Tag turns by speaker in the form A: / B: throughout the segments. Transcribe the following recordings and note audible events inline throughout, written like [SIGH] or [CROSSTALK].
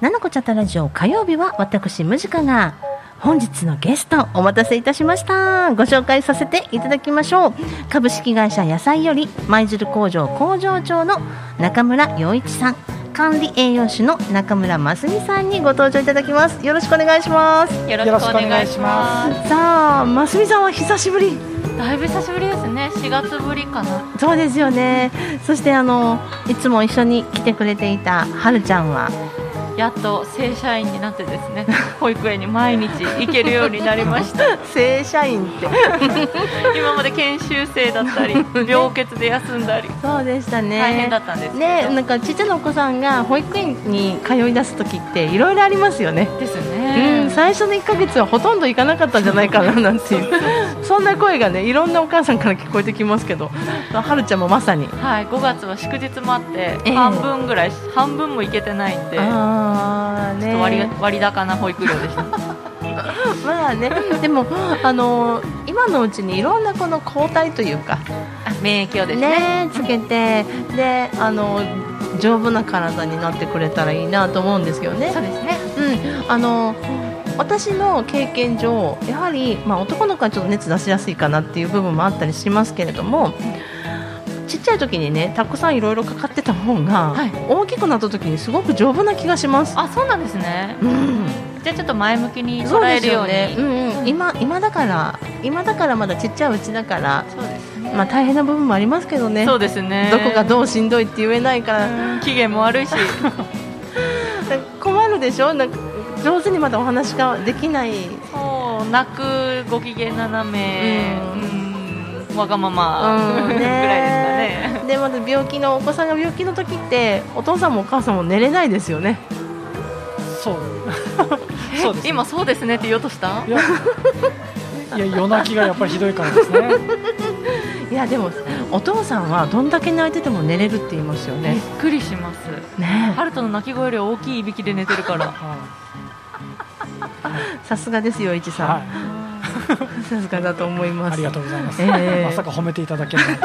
A: ななこちゃたラジオ火曜日は私ムジカが本日のゲストお待たせいたしましたご紹介させていただきましょう株式会社野菜より舞鶴工場工場長の中村洋一さん管理栄養士の中村真澄さんにご登場いただきますよろしくお願いします
B: よろしくお願いします。
A: さあ真澄さんは久しぶり
B: だいぶ久しぶりですね。4月ぶりかな。
A: そうですよねそしてあのいつも一緒に来てくれていたはるちゃんは
B: やっと正社員になってですね、 [LAUGHS] 保育園に毎日行けるようになりま [LAUGHS] した。
A: 正社員って
B: 今まで研修生だったり、病欠で休んだり、
A: [LAUGHS] そうでしたね
B: 大変だったんですけど。
A: ねなんかちっちゃなお子さんが保育園に通い出す時っていろいろありますよね
B: です
A: うん、
B: ね。
A: 最初の1ヶ月はほとんど行かなかったんじゃないかななんて [LAUGHS] いうそんな声がねいろんなお母さんから聞こえてきますけどはるちゃんもまさに
B: はい、5月は祝日もあって、
A: ええ
B: 半分ぐらい、半分も行けてないんで、ちょ
A: ああ
B: っと割割高な保育料で [LAUGHS] した。
A: まあねでもあの今のうちにいろんなこの抗体というか
B: 免疫をですね。
A: ねつけてであの丈夫な体になってくれたらいいなと思うんですけどね
B: そうですね。
A: うん、あの私の経験上やはり、まあ、男の子はちょっと熱出しやすいかなっていう部分もあったりしますけれどもちっちゃい時にねたくさんいろいろかかってた方が、
B: はい
A: 大きくなった時にすごく丈夫な気がします。
B: あ、そうなんですね。
A: うん、
B: じゃあちょっと前向きに
A: そう
B: 捉え
A: です
B: るよ
A: よ
B: うに。
A: ね、うんうん、今今だから今だからまだちっちゃいうちだから、
B: そうですね。
A: まあ、大変な部分もありますけどね
B: そうですね。
A: どこがどうしんどいって言えないから、
B: うん期限も悪いし。
A: 困るでしょなんか上手にまだお話ができない
B: そう泣くご機嫌斜め、
A: う
B: うんわがまま、
A: うんね
B: ぐらいですかね
A: [LAUGHS] でまず病気のお子さんが病気の時ってお父さんもお母さんも寝れないですよね
C: そう。そうです
B: え今そうですねって言おうとした
C: いや、いや夜泣きがやっぱりひどいからですね。
A: いやでもお父さんはどんだけ泣いてても寝れるって言いますよ
B: びっ
A: ね
B: くりします
A: ね
B: ハルトの泣き声より大きいいびきで寝てるから
C: は
A: [LAUGHS] さすがですよいち
C: い。
A: さん、
C: は
A: さすがだと思いま
C: い。
A: す
C: ありがとうございます。
A: ええ
C: まさか褒めていただけるなんて。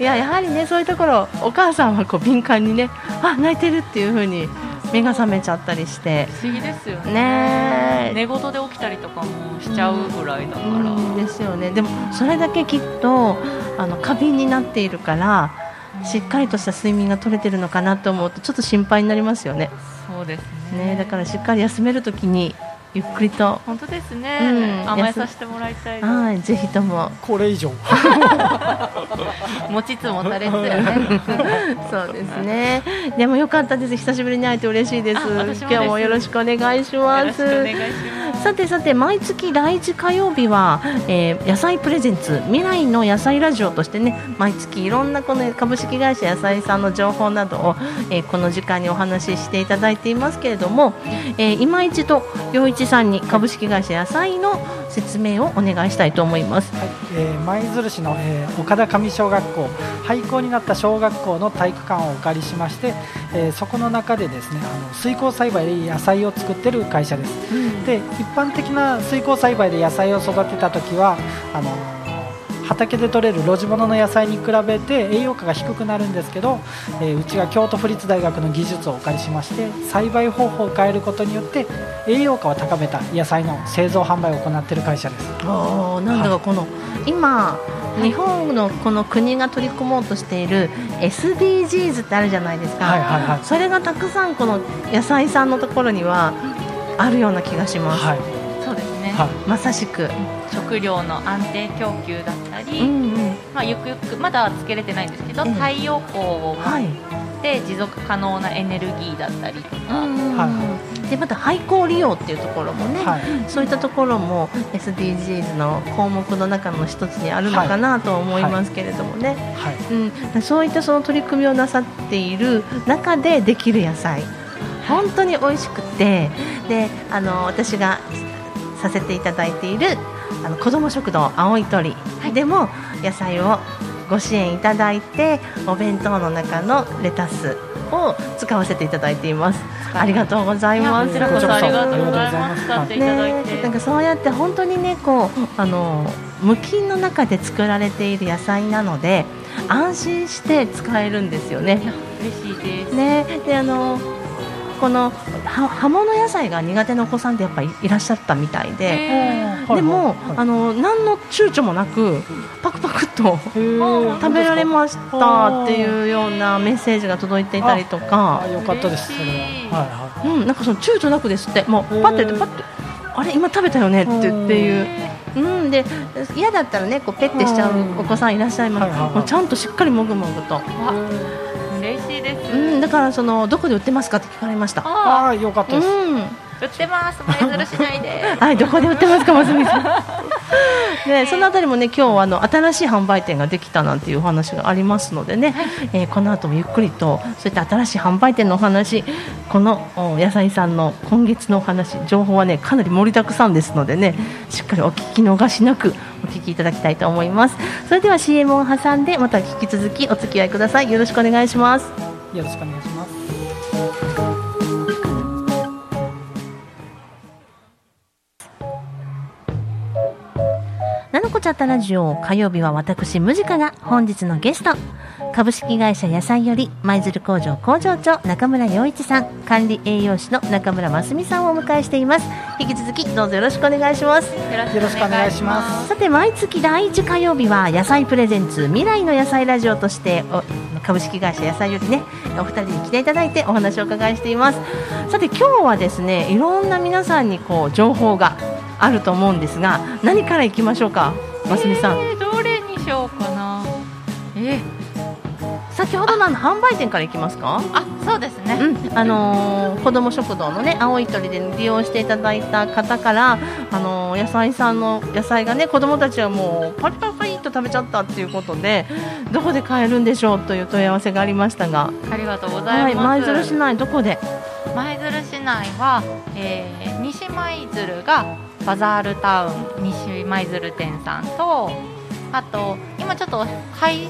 A: いややはりねそういうところお母さんはこう敏感にねあ泣いてるっていう風に目が覚めちゃったりして
B: 不思議ですよね
A: ねえ
B: 寝言で起きたりとかもしちゃうぐらいだから、
A: うんですよねでもそれだけきっとあの過敏になっているからしっかりとした睡眠が取れてるのかなと思うとちょっと心配になりますよね
B: そうですね
A: ねだからしっかり休めるときにゆっくりと、
B: 本当ですね、
A: うん
B: 甘えさせてもらいたいです
A: はい、ぜひとも
C: これ以上。
B: 持ちつ持たれつよね
A: [LAUGHS] そうですねでもよかったです久しぶりに会えて嬉しいです
B: あ私もです
A: 今日もよろしくお願いし
B: よろ
A: ま
B: しくお願いし
A: す
B: ます
A: さてさて毎月第1火曜日は、えー野菜プレゼンツ未来の野菜ラジオとしてね毎月いろんなこの株式会社野菜さんの情報などを、えーこの時間にお話ししていただいていますけれども、えー、今一度陽一さんに株式会社野菜の説明をお願いしたいと思います。
C: はい、えー舞鶴市の、えー岡田上小学校廃校になった小学校の体育館をお借りしまして、えーそこの中でですねあの水耕栽培で野菜を作ってる会社ですで一般的な水耕栽培で野菜を育てた時はあの畑で採れる露地物の野菜に比べて栄養価が低くなるんですけど、えーうちが京都府立大学の技術をお借りしまして栽培方法を変えることによって栄養価を高めた野菜の製造販売を行っている会社です。
A: おーなんだかこの、今日本のこの国が取り組もうとしている SDGs ってあるじゃないですか。
C: はいはいはい
A: それがたくさんこの野菜さんのところにはあるような気がします、
C: はい
B: そうですね、
C: はい
A: まさしく、
B: 食料の安定供給だったり、
A: んうん、
B: まあ、ゆくゆくまだつけれてないんですけど、
A: ええ
B: 太陽光を持
A: はい、
B: って持続可能なエネルギーだったりとか、
C: は
A: でまた廃校利用っていうところもね、
C: はい、
A: そういったところも SDGs の項目の中の一つにあるのかなと思いますけれどもね、
C: はい、
A: うん、そういったその取り組みをなさっている中でできる野菜本当に美味しくてであの私がさせていただいているあの子ども食堂青い鳥でも野菜をご支援いただいてお弁当の中のレタスを使わせていただいていますありがとうございま
B: や
A: す
B: こちらこそありがとうござい
C: こ
B: ま
C: ち
B: す
C: らこ
B: 使
C: そ
B: っていただいて、
A: ね、なんかそうやって本当にねこうあの無菌の中で作られている野菜なので安心して使えるんですよね。
B: いや嬉しいです、
A: ねであのこのは葉物野菜が苦手なお子さんってやっぱりいらっしゃったみたいで。
B: へ
A: でも、あの
C: の
A: 何の躊躇もなくパクパクっと食べられまし
C: あ
A: た
C: ー
A: っていうようなメッセージが届いていたりとか
C: あ、よかったですそれは
B: 嬉しい
C: は
A: うん、なんかその躊躇なくですっても
C: へ
A: う
C: ー
A: パッてやってパッてあれ今食べたよねって言っていうう
B: え
A: んで嫌だったらねこうペッてしちゃうお子さんいらっしゃいます、
C: はいはいはい
A: もうちゃんとしっかりもぐもぐと、
C: いはい
B: あ嬉しいです。
A: うん、だからそのどこで売ってますかって聞かれました
C: あ
B: あ
C: あよかっ
A: う
C: たです
A: ん
B: 売ってます。舞鶴市内で。
A: はいどこで売ってますかますみさんでそのあたりもね今日あの新しい販売店ができたなんていうお話がありますのでね、えーこの後もゆっくりとそういった新しい販売店のお話このお野菜さんの今月のお話情報はねかなり盛りだくさんですのでねしっかりお聞き逃しなくお聞きいただきたいと思いますそれでは CM を挟んでまた引き続きお付き合いくださいよろしくお願いします
C: よろしくお願いします
A: なのこちゃったラジオ火曜日は私ムジカが本日のゲスト株式会社野菜より舞鶴工場工場長中村洋一さん管理栄養士の中村真澄さんをお迎えしています引き続きどうぞよろしくお願いします
B: よ
C: ろしくお願いします
A: さて毎月第1火曜日は野菜プレゼンツ未来の野菜ラジオとしてお株式会社野菜よりねお二人に来ていただいてお話をお伺いしていますさて今日はですねいろんな皆さんにこう情報があると思うんですが何からいきましょうか真澄さん
B: えーどれにしようかな。えー、
A: 先ほどのあの販売店から行きますか。
B: あ、そうですね。
A: うん、あのー子ども食堂のね青い鳥で利用していただいた方から、あのー野菜さんの野菜がね子どもたちはもうパリパリパリっと食べちゃったっていうことでどこで買えるんでしょうという問い合わせがありましたが、
B: ありがとうござ
A: はいい、
B: ま
A: 舞
B: す。
A: 鶴市内どこで、
B: 舞鶴市内は、えー西舞鶴がバザールタウン西舞鶴店さんとあと今ちょっと改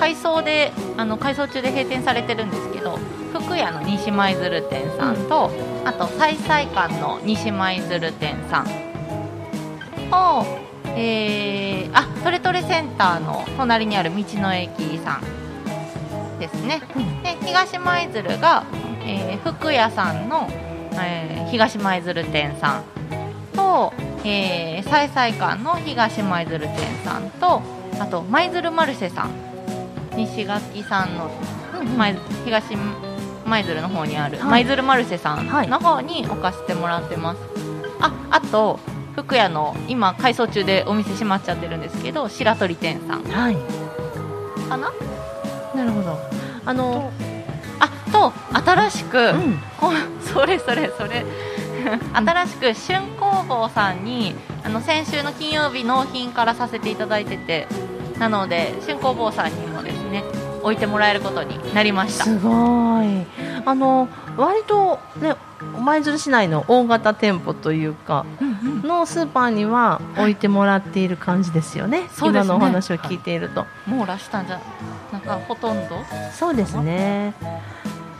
B: 改装であの改装中で閉店されてるんですけど福屋の西舞鶴店さんと、あと再々館の西舞鶴店さんと、えーあトレトレセンターの隣にある道の駅さんですねで東舞鶴が、えー福屋さんの、えー東舞鶴店さんと、えー、再々館の東舞鶴店さんとあと舞鶴マルシェさん西垣さんの舞東舞鶴の方にある
A: はい
B: 舞鶴マルシェさ
A: はい
B: んの方に置かせてもらってます、ああと福屋の今改装中でお店閉まっちゃってるんですけど白鳥店さん
A: はい、
B: かな
A: なるほど、あの
B: あと新しく、
A: ーうん、
B: こそれそれそれ [LAUGHS] 新しく春工房さんにあの先週の金曜日納品からさせていただいててなので春工房さんにもですね置いてもらえることになりました
A: すごい、あの割とね舞鶴市内の大型店舗というか。のスーパーには置いてもらっている感じですよね、
B: そうで
A: 今
B: すね
A: のお話を聞いていると、
B: 網羅したんじゃなんかほとんど
A: そうですね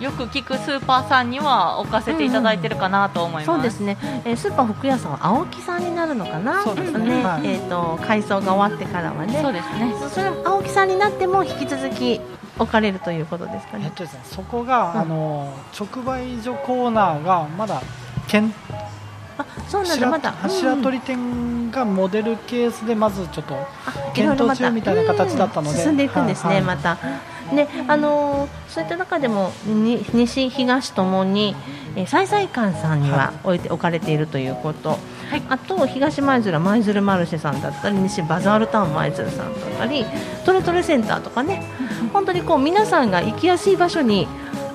B: よく聞くスーパーさんには置かせていただいてるかなと思います、
A: そうですね、えースーパー福屋さんは青木さんになるのかな
C: そうです
B: ね
C: はい
A: えー、と改装が終わってからは
B: そう
A: ね
B: ですね
A: そそれ青木さんになっても引き続き置かれるということですか
C: えっ
A: ね
C: とですね、そこが、
A: うん
C: あの直売所コーナーがまだ県
A: あそうなんだ
C: 白
A: まだ
C: 白
A: うん
C: 鳥店がモデルケースでまずちょっと、
A: あ
C: 検討中みたいな形だったので
A: うん進んでいくんですね、
C: はい
A: また。ねあのーそういった中でもに西東ともに、えー、再々館さんには
C: は
A: 置いて、置かれているということ、
B: はい
A: あと東舞鶴は舞鶴マルシェさんだったり西バザールタウン舞鶴さんだったりトレトレセンターとかね本当にこう皆さんが行きやすい場所に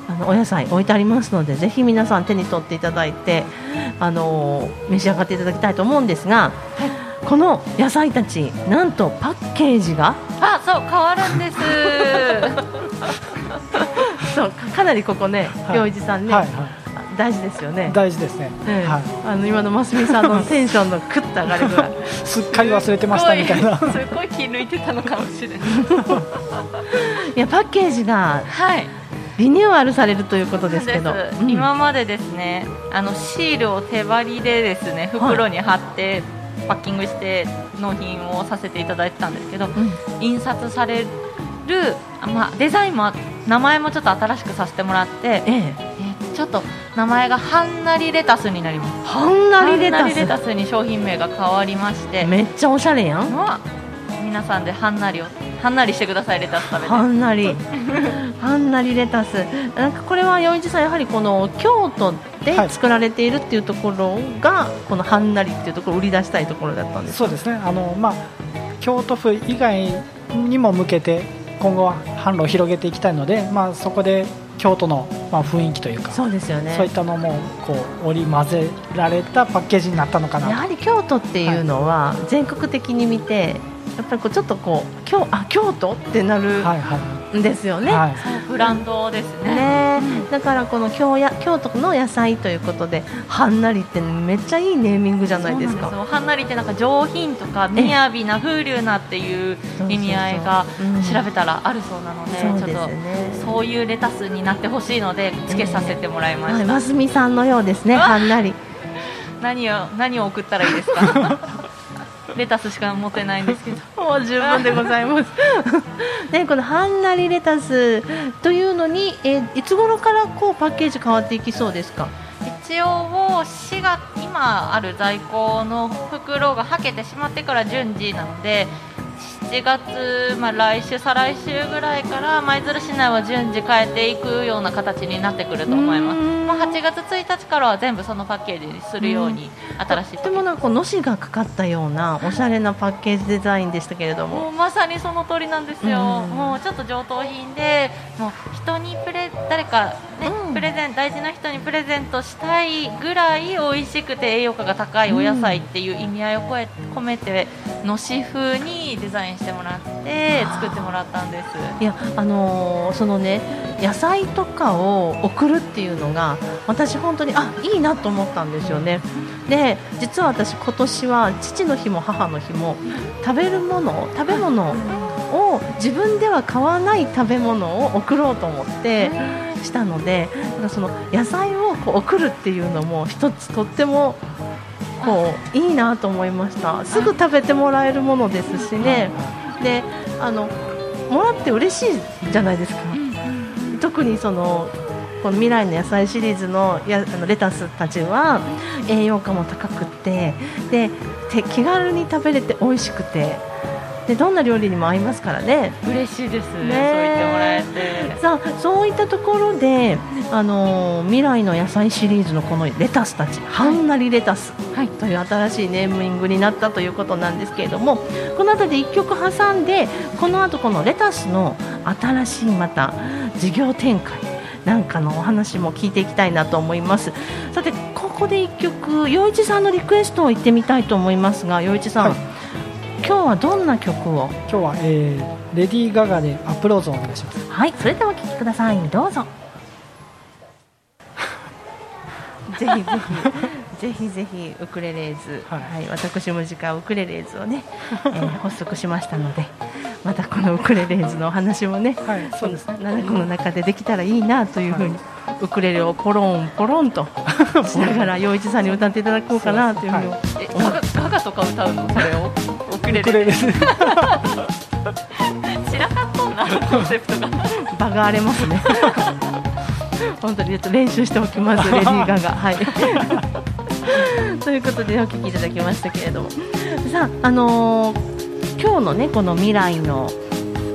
A: あのお野菜置いてありますのでぜひ皆さん手に取っていただいてあのー召し上がっていただきたいと思うんですが、この野菜たちなんとパッケージが [LAUGHS]
B: あそう変わるんです
A: そうかかなりここね
C: はい
A: 洋一さんね、
C: はいは
A: 大事ですよね
C: い、。大事ですね、
A: ええ
C: は
A: あの今の真澄さんのテンションのクッと上がるぐらい
C: い、すっかり忘れてましたみたい
B: [LAUGHS]
C: な
B: すごいすごい気抜いてたのかもしれない
A: いやパッケージが
B: はい
A: リニューアルされるということですけど
B: です
A: うん
B: 今までですねあのシールを手張りでですね袋に貼ってパッキングして納品をさせていただいてたんですけど
A: うん
B: 印刷される、あまあ、デザインも名前もちょっと新しくさせてもらって
A: ええ
B: えちょっと名前がはんなりレタスになります
A: はんなりレ
B: はん
A: タ
B: なりレ
A: ス
B: タスに商品名が変わりまして
A: めっちゃおしゃれやん
B: まあ皆さんではんなりをはんなりしてくださいレタス食べて
A: はんなりはんなりレタスなんかこれは余一さんやはりこの京都で
C: はい
A: 作られているっていうところが、このはんなりっていうところを売り出したいところだったんです
C: そうですねあの、まあ、京都府以外にも向けて今後は販路を広げていきたいので、まあ、そこで京都の、まあ、雰囲気というか
A: そうですよね
C: そういったのもこう織り交ぜられたパッケージになったのか
A: や
C: な
A: はり京都っていうのは全国的に見てやっぱりこうちょっとこう京あ京都ってな
C: と。は
A: る
C: いは
A: んですよ
C: い
A: ね。
C: はい
B: ブランドですね
A: ねだからこの京や京都の野菜ということではんなりってめっちゃいいネーミングじゃないです
B: そう
A: か。
B: なんですよはんなりってなんか上品とか
A: ええ
B: 雅な風流なっていう意味合いが調べ
A: て、
B: たらあるそうなの
A: う
B: で、
A: んそう
B: ち
A: で
B: ょっ
A: す
B: と
A: ね。
B: そういうレタスになってほしいのでつけさせてもらいま
A: はい、
B: した、
A: 真澄さんのようですね。
B: うわ
A: はんなり。
B: 何を何を送ったらいいですか
A: [LAUGHS]
B: レタスしか持ってないんですけど
A: もう十分でございます。 [LAUGHS] ね、このはんなりレタスというのに、えーいつ頃からこうパッケージ変わっていきそうですか。
B: 一応4月今ある在庫の袋がはけてしまってから順次なので7月、まあ、来週再来週ぐらいから舞鶴市内は順次変えていくような形になってくると思います
A: うーん
B: もう8月1日からは全部そのパッケージにするように新しい
A: とてもなんかこうのしがかかったようなおしゃれなパッケージデザインでしたけれども
B: もうまさにその通りなんですよ、
A: うん
B: もうちょっと上等品でもう人にプレ誰か、ね
A: うん
B: プレゼン大事な人にプレゼントしたいぐらい美味しくて栄養価が高いお野菜っていう意味合いを超え込めてのし風にデザインしてもらって
A: あー
B: 作ってもらったんです
A: いやあのーそのね野菜とかを送るっていうのが私本当にあいいなと思ったんですよねで実は私今年は父の日も母の日も食べるもの食べ物を自分では買わない食べ物を送ろうと思ってしたのでなんかその野菜をこう送るっていうのも一つとってもこういいなと思いましたすぐ食べてもらえるものですしねであのもらって嬉しいじゃないですか特にそのこの未来の野菜シリーズのやあのレタスたちは栄養価も高くてでて気軽に食べれて美味しくてでどんな料理にも合いますからね。
B: 嬉しいです、そう言っても
A: ね
B: らえて
A: さあそういったところで、あのー未来の野菜シリーズのこのレタスたちはんなりレタス
B: はい
A: という新しいネーミングになったということなんですけれどもこの辺りで1曲挟んでこの後このレタスの新しいまた事業展開なんかのお話も聞いていきたいなと思いますさてここで1曲陽一さんのリクエストを言ってみたいと思いますが陽一さん、
C: はい
A: 今日はどんな曲を
C: 今日は、えーレディー・ガガでアプローズをお願いします
A: はい、それではお聞きください。どうぞ。 [LAUGHS] ぜひぜひ、ぜひぜひウクレレーズ、は、
C: はいい
A: 私も時間ウクレレーズをね、えー発足しましたので、またこのウクレレーズのお話もね、
C: はいそうですね
A: 7個の中でできたらいいなというふうに、ウクレレをポロンポロンとしながら陽一さんに歌っていただこうかなというふうに、
C: はい
B: えガガガガとか歌うのこれを遅れ
C: ウク
B: る
C: レレです
B: 散らかっとんな
A: [LAUGHS]
B: コンセプトが
A: 場が荒れます [LAUGHS] ね。本当にちょっと練習しておき [LAUGHS] ます、レディー・ガガ。はい、 [LAUGHS] ということでお聞きいただきましたけれどもさあ、あのー今日のねこの未来の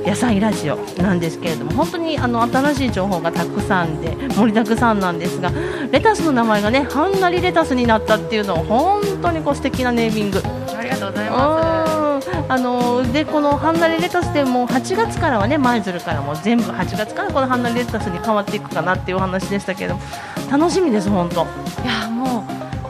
A: 野菜ラジオなんですけれども本当にあの新しい情報がたくさんで盛りだくさんなんですがレタスの名前がねはんなりレタスになったっていうのは本当にこう素敵なネーミング。
B: ありがとうございます
A: うんあのでこのハンナリレタスでもう8月からはね舞鶴からも全部8月からこのハンナリレタスに変わっていくかなっていうお話でしたけど楽しみです本当
B: いやも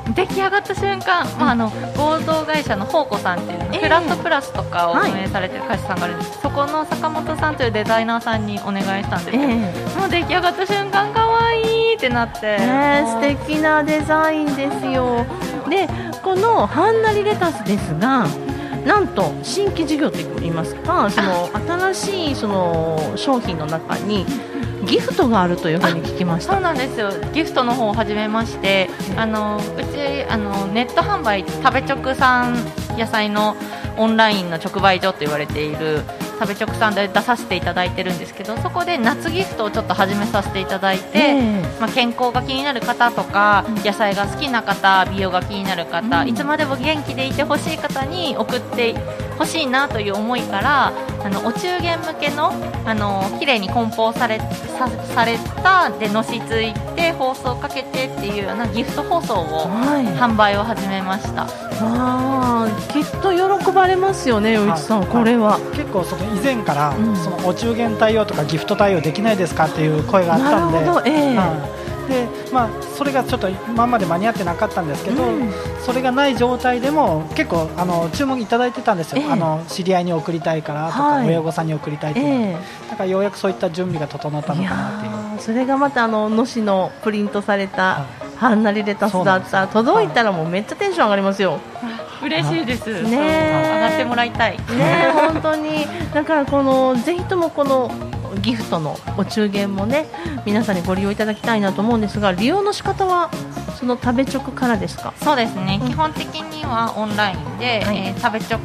B: う出来上がった瞬間、まあ、あの合同会社の宝庫さんっていう、
A: ええ
B: フラットプラスとかを
A: はい
B: 運営されてる会社さんがあるんです、そこの坂本さんというデザイナーさんにお願いしたんですけど、
A: え
B: もう出来上がった瞬間可愛いってなって、
A: えねえ
B: も
A: 素
B: う
A: 敵なデザインですよでこのハンナリレタスですがなんと新規事業といいますかその新しいその商品の中にギフトがあるというふうに聞きまし
B: そう
A: た。
B: なんですよギフトの方を始めまして、あのうちあのネット販売食べ直さん野菜のオンラインの直売所と言われている食べ直さんで出させていただいてるんですけどそこで夏ギフトをちょっと始めさせていただいて、
A: え
B: まあ、健康が気になる方とか、野菜が好きな方美容が気になる方、
A: うん
B: いつまでも元気でいてほしい方に送ってほしいなという思いからあのお中元向けのあの綺麗に梱包されさされたでのしついて包装かけてっていうようなギフト包装
A: え
B: を
A: はい
B: 販売を始めました。
A: あーきっと喜ばれますよね余一さん、
C: はい
A: これは。
C: 結構その以前から、
A: うん
C: そのお中元対応とかギフト対応できないですかっていう声があったんで
A: なるほどええ
C: はいでまあ、それがちょっと今まで間に合ってなかったんですけど、
A: うん
C: それがない状態でも結構あの注文いただいてたんですよ、
A: ええ
C: あの知り合いに送りたいからとか、
A: はい
C: 親御さんに送りたいと
A: え
C: か、
A: え
C: だからようやくそういった準備が整った
A: い
C: のかなっていう。
A: やーそれがまたあののしのプリントされた
C: はい
A: ハンナリレタスだ
C: そ
A: っ
C: うな
A: た
C: ん
A: ら届いたらもうめっちゃテンション上がりますよ。
B: 嬉しいで
A: ねえ
B: す。そう上がってもらいたい。
A: ね本当にだからこのぜひともこのギフトのお中元もね皆さんにご利用いただきたいなと思うんですが利用の仕方はその食べ直からですか
B: そうですね、
A: うん
B: 基本的にはオンラインで、
A: はい
B: えー食べチョ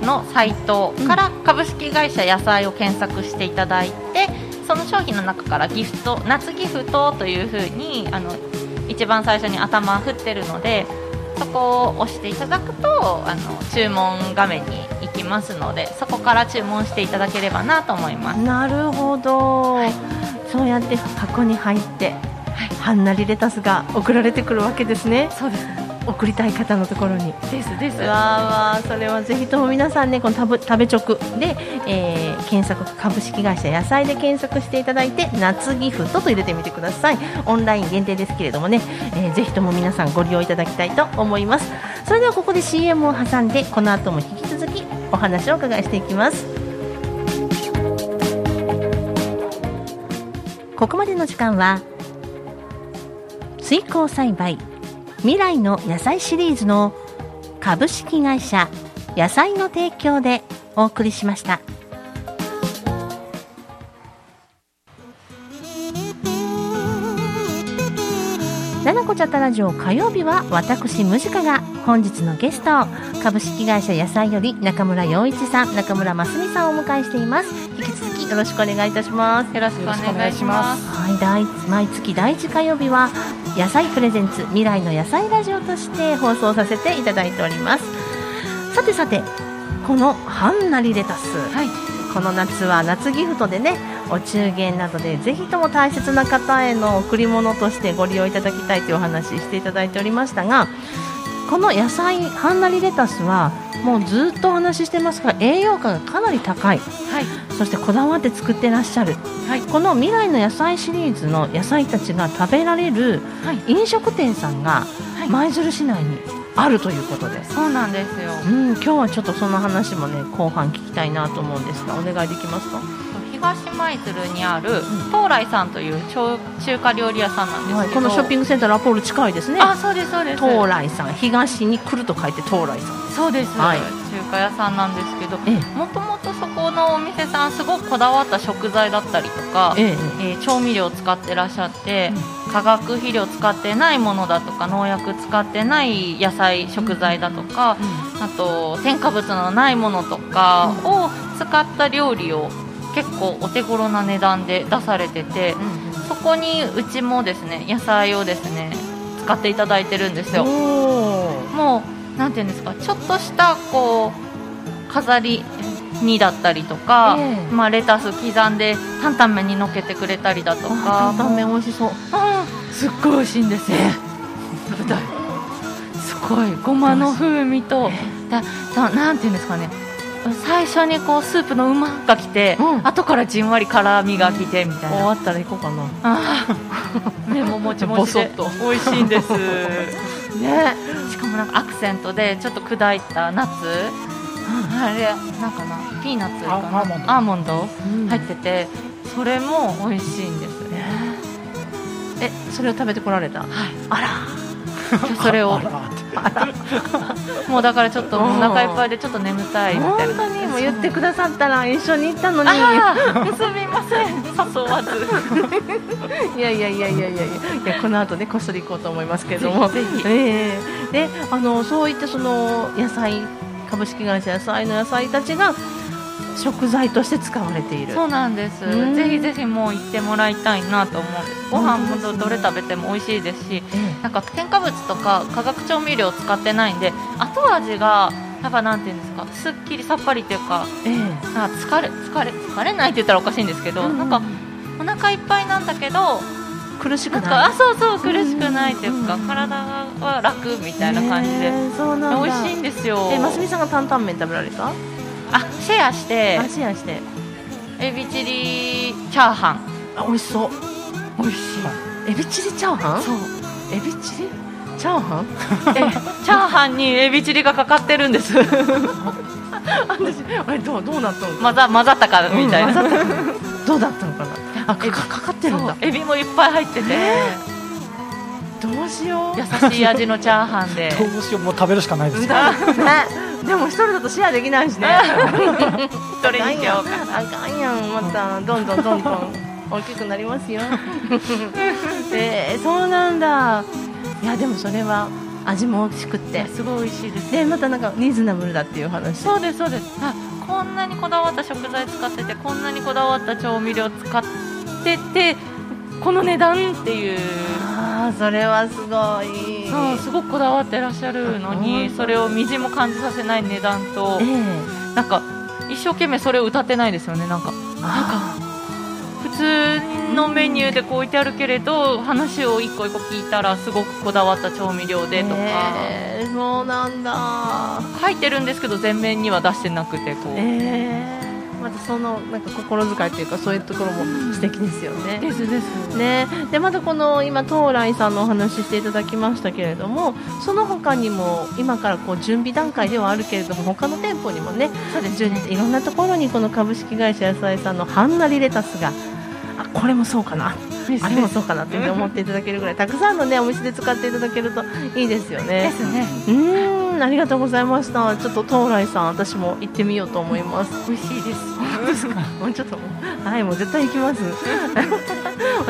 B: クのサイトから株式会社野菜を検索していただいてその商品の中からギフト夏ギフトというふうにあの一番最初に頭振ってるのでそこを押していただくとあの注文画面に行きますのでそこから注文していただければなと思います。
A: なるほど、
B: はい
A: そうやって箱に入って、ハンナリレタスが送られてくるわけですね
B: そうです
A: 送りたい方のところに
B: ですです
A: わあわあそれはぜひとも皆さんねこの食べ食べ直で、えー検索株式会社野菜で検索していただいて夏ギフトと入れてみてくださいオンライン限定ですけれどもね、えーぜひとも皆さんご利用いただきたいと思いますそれではここで CM を挟んでこの後も引き続きお話をお伺いしていきますここまでの時間は水耕栽培未来の野菜シリーズの株式会社野菜の提供でお送りしました七子ちゃったラジオ火曜日は私ムジカが本日のゲスト株式会社野菜より中村洋一さん中村真澄さんをお迎えしています引き続きよろしくお願いいたします
B: よろしくお願いします。
A: はい、第毎月第1火曜日は野菜プレゼンツ未来の野菜ラジオとして放送させていただいておりますさてさてこのハンナリレタス、
B: はい
A: この夏は夏ギフトでねお中元などでぜひとも大切な方への贈り物としてご利用いただきたいというお話ししていただいておりましたがこの野菜ハンナリレタスはもうずっとお話ししてますが栄養価がかなり高い
B: はい
A: そしてこだわって作ってらっしゃる
B: はい
A: この未来の野菜シリーズの野菜たちが食べられる
B: はい
A: 飲食店さんが
B: はい
A: 舞鶴市内にあるということです。
B: そうなんですよ。
A: うん、今日はちょっとその話もね後半聞きたいなと思うんですがお願いできますか、
B: 東舞鶴にある東来さんという中中華料理屋さんなんですけど、
A: はい、このショッピ
B: ン
A: ングセンターラポール近いですね
B: あそうですそうです
A: 東来さん東に来ると書いて東来さん
B: そうです、
A: はい
B: 中華屋さんなんですけど
A: え
B: もともとそこのお店さんすごくこだわった食材だったりとか、
A: ええ
B: えー調味料を使ってらっしゃって、化学肥料使ってないものだとか農薬使ってない野菜食材だとか、あと添加物のないものとかを使った料理を結構お手頃な値段で出されてて、そこにうちもですね野菜をですね使っていただいてるんですよ
A: お
B: もうなんていうんですかちょっとしたこう飾りにだったりとか、
A: ええ
B: まあ、レタス刻んで担々麺にのっけてくれたりだとか
A: 担々麺美味しそう
B: うんすっごい美味しいんですね食べたいすごいごまの風味とだだなんていうんですかね最初にこうスープのうまがきて、
A: うん
B: 後からじんわり辛みがきてみたい
A: 終
B: な
A: わったら行こうかな
B: あー目ももちもちで
A: ボソ
B: 美味しいん [LAUGHS] です
A: ね
B: しかもなんかアクセントでちょっと砕いたナッツあれなんかなピーナッツかな
C: あアーモンド
B: アーモンド
A: うん
B: 入っててそれも美味しいんですね
A: えそれを食べてこられた
B: はい
A: あら
B: 今日それを
C: あらって
B: もうだからちょっともうお腹いっぱいでちょっと眠たいみたい
A: 本
B: な
A: 当にもう言ってくださったら一緒に行ったのに
B: あー [LAUGHS] すみません [LAUGHS] 誘わず
A: いやいやいやいやいやいやいやこの後ねこっそり行こうと思いますけれども
B: ぜひぜひ
A: ええであのそういったその野菜株式会社野菜の野菜たちが食材として使われている
B: そうなんです、
A: うん
B: ぜひぜひもう行ってもらいたいなと思うんですご飯
A: 本当ですね
B: もどれ食べても美味しいですし
A: ええ
B: なんか添加物とか化学調味料を使ってないんで後味がやっぱなんていうんですかすっきりさっぱりというか
A: え
B: なんか疲れ疲れ疲れないって言ったらおかしいんですけ
A: え
B: ど、なんかお腹いっぱいなんだけど
A: 苦し
B: な
A: く
B: んか
A: な
B: あ
A: い
B: そうそう苦しくないというか、
A: うん
B: 体は楽みたいな感じで、
A: ええそうなんだ
B: 美味しいんですよ
A: えますみさんが担々麺食べられた
B: あシェアして
A: アジアして
B: エビチリチャーハン
A: あ美味しそう
B: 美味しい
A: エビチリチャーハン
B: そう
A: エビチリチャー
B: [LAUGHS]
A: ハン
B: でチャーハンにエビチリがかかってるんです [LAUGHS]
A: 私あれどうどうなったの
B: 混ざ混ざったかみたいな、
A: うん混ざっ
B: [LAUGHS]
A: たどうだったのかなあかかかかってるん
B: そ
A: だ
B: うエビもいっぱい入ってて、
A: どうしよう
B: 優しい味のチャーハ
A: [LAUGHS]
B: ンで
C: どうしようもう食べるしかないですよ
B: [LAUGHS]
A: ねでも一人だとシェアできないしね
B: 一人にしようか
A: あかんやんまたどんどんどんどん大きくなります
B: [LAUGHS]
A: よえー、そうなんだいやでもそれは味も美味しくって
B: すごい美味しいです
A: でまたなんかリーズナブルだっていう話
B: そうですそうですあこんなにこだわった食材使っててこんなにこだわった調味料使っててこの値段っていう
A: ああそれはすごい
B: そうすごくこだわってらっしゃるの
A: あ本
B: に
A: 当
B: それをみじんも感じさせない値段と
A: ええ
B: なんか一生懸命それを歌ってないですよねなんか
A: あ
B: 普通のメニューでこう置いてあるけれど話を一個一個聞いたらすごくこだわった調味料でとか、
A: えー、そうなんだ
B: 書いてるんですけど全面には出してなくてこう、
A: えー、またそのなんか心遣いというかそういうところも素敵ですよね。
B: すです
A: ね、でまたこの今東来さんのお話ししていただきましたけれどもその他にも今からこう準備段階ではあるけれども他の店舗にもね
B: そうです
A: 順いろんなところにこの株式会社野菜さんのハンナリレタスがあこれもそうかなあれもそうかなっていうふうに思っていただけるぐらいたくさんの、ね、お店で使っていただけるといいですよね。
B: すね
A: うーん、ありがとうございました。ちょっと東来さん、私も行ってみようと思います。
B: 美味しいです
A: もうちょっと、はい、もう絶対行き
B: [LAUGHS]
A: ます。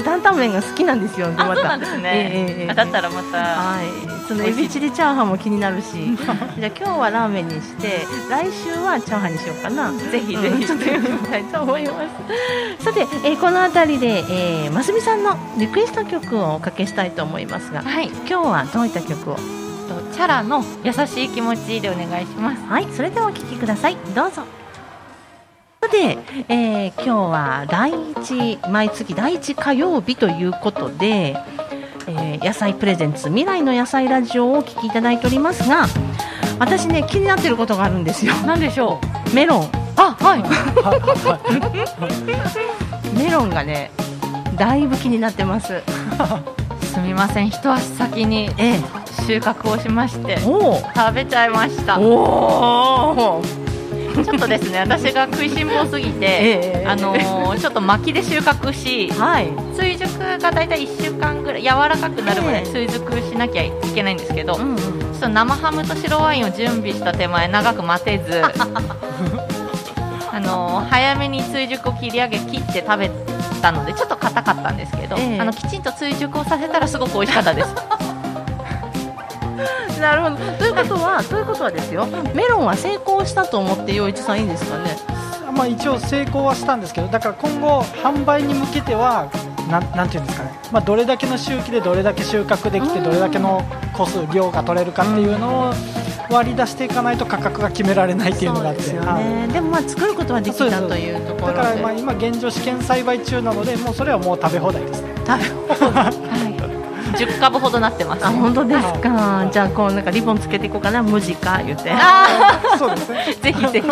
A: 担々麺が好きなんですよ。
B: あ、
A: ま
B: そうな
A: た
B: んで。す
A: えええ
B: ね
A: え。
B: あだったらまた。
A: はい、そのエビチリチャーハンも気にな
B: [LAUGHS]
A: るし、じゃあ今日はラーメンにして、来週はチャーハンにしようかな。
B: ぜひぜ
A: うん
B: ひ
A: ちょっとやってみたいと思います。さて、えーこのあたりで、えー、ますみさんのリクエスト曲をおかけしたいと思いますが、
B: はい、
A: 今日はどういった曲を
B: とチャラの優しい気持ちでお願いします。
A: はい、それではお聞きください。どうぞ。さて、えー今日は第一毎月第一火曜日ということで、えー野菜プレゼンツ未来の野菜ラジオをお聞きいただいておりますが、私ね気になってることがあるんですよ。 [LAUGHS]
B: なんでしょう。
A: メロン、
B: あ、はい。
A: メロンがね、だいぶ気になってます。
B: すみません、一足先に
A: ええ、
B: 収穫をしまして。
A: お
B: 食べちゃいまし
A: お、
B: た。ち
A: お
B: ょ
A: お、
B: っとですね、私が食いしん坊すぎて。
A: ええ
B: あのーちょっと薪で収穫し
A: はい、
B: 追熟がだいたい1週間ぐらい柔らかくなるまで追熟しなきゃいけないんですけど、
A: ん、
B: ちょっと生ハムと白ワインを準備した手前長く待てずあの早めに追熟を切り上げ切って食べたのでちょっと硬かったんですけど、
A: ええ
B: あのきちんと追熟をさせたらすごく美味しかったです
A: なるほど。ということは、ということはですよ。メロンは成功したと思って陽一さんいいんですかね。
C: まあ、一応成功はしたんですけどだから今後販売に向けてはなんなんていうんですかね、まあ、どれだけの周期でどれだけ収穫できて
A: うん
C: どれだけの個数量が取れるかっていうのを割り出していかないと価格が決められないっていうのがあって
A: そうですよ
C: はい
A: ね。でもまあ作ることはでき
C: そうで
A: た
C: す
A: というところ
C: だ
A: で。
C: からまあ今現状試験栽培中なのでもうそれはもう食べ放題ですね
B: はい10株ほどなってます
A: あ本当です
C: は
A: か。
C: い
A: じゃあこうなんかリボンつけていこうかな無地か言って。
C: そうですね
B: ぜひぜひ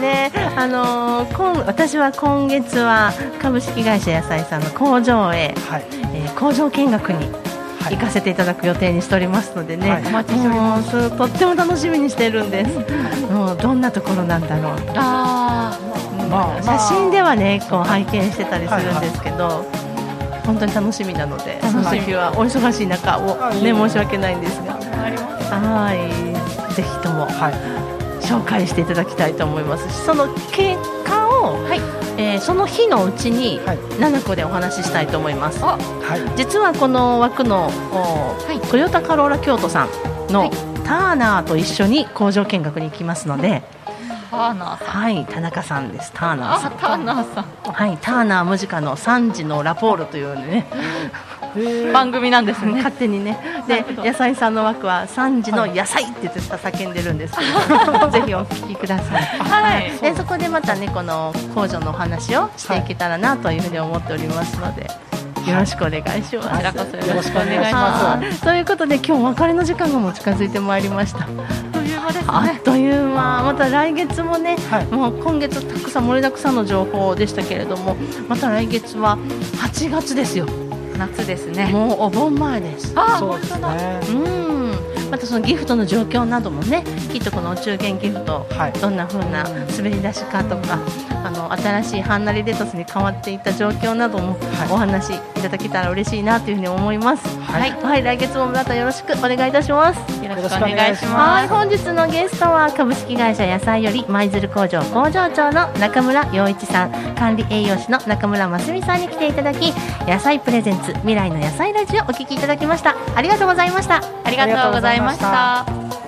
A: ねあのー今私は今月は株式会社野菜さんの工場へ、
C: はい、
A: えー工場見学に
C: はい
A: 行かせていただく予定にしておりますのでね。
C: はいお
B: 待ちしており
A: ます。そうとっても楽しみにしているんです。もうどんなところなんだろう。
B: あ
C: まあま
A: 写
C: あ
A: 真ではねこう拝見してたりするんですけど、本当に楽しみなので
B: 楽し
A: その
B: み
A: 時はお忙しい中を
C: はい
A: ね申し訳ないんですが
B: あります
A: はいぜひとも
C: はい
A: 紹介していただきたいと思いますしその結果を、
B: はい
A: えーその日のうちに
C: はい
A: 7個でお話ししたいと思います
B: あ
C: はい
A: 実はこの枠のお
B: はい
A: トヨタカローラ京都さん
B: は
A: の
B: い
A: 誕ターナーと一緒に工場見学に行きますので、
B: ターナーさん
A: はい、田中さんです、ターナーさ
B: あターナーさ
A: ん。
B: ん
A: はい、ターナームジカの3時のラポールというね、
C: えー
B: 番組なんですね
A: 勝手 [LAUGHS] にね、
B: な
A: で
B: るほど
A: 野菜さんの枠は3時の野菜って言って叫んでるんですけど、 [LAUGHS] ぜひお聞きください。
B: はい
A: でそこでまたねこの工場のお話をしていけたらなというふうに思っておりますので、よろしくお願いします。
B: こちらこそよろしくお願いし
A: は
B: ま
A: いということで今日お別れの時間がもう近づいてまいりました。
B: す。という間です
A: あ
B: ね
A: っ。という間、また来月もね、
C: はい
A: もう今月たくさん盛りだくさんの情報でしたけれども、また来月は8月ですよ。
B: 夏ですね。
A: もうお盆前です。
B: あ
C: そうですね。
A: うん。またそのギフトの状況などもね、きっとこのお中元ギフト
C: はい
A: どんな風な滑り出しかとか、あの新しいハンナリレタスに変わっていった状況なども
C: はい
A: お話しいただけたら嬉しいなというふうに思います。
C: はい
A: はい、来月もまたよろしくお願いいたします。
B: よろしくお願いし
A: は
B: ま
A: い、
B: す。
A: 本日のゲストは株式会社野菜より舞鶴工場工場長の中村洋一さん、管理栄養士の中村真美さんに来ていただき、野菜プレゼンツ未来の野菜ラジオをお聞きいただきました。ありがとうございました。
B: ありがとうございました。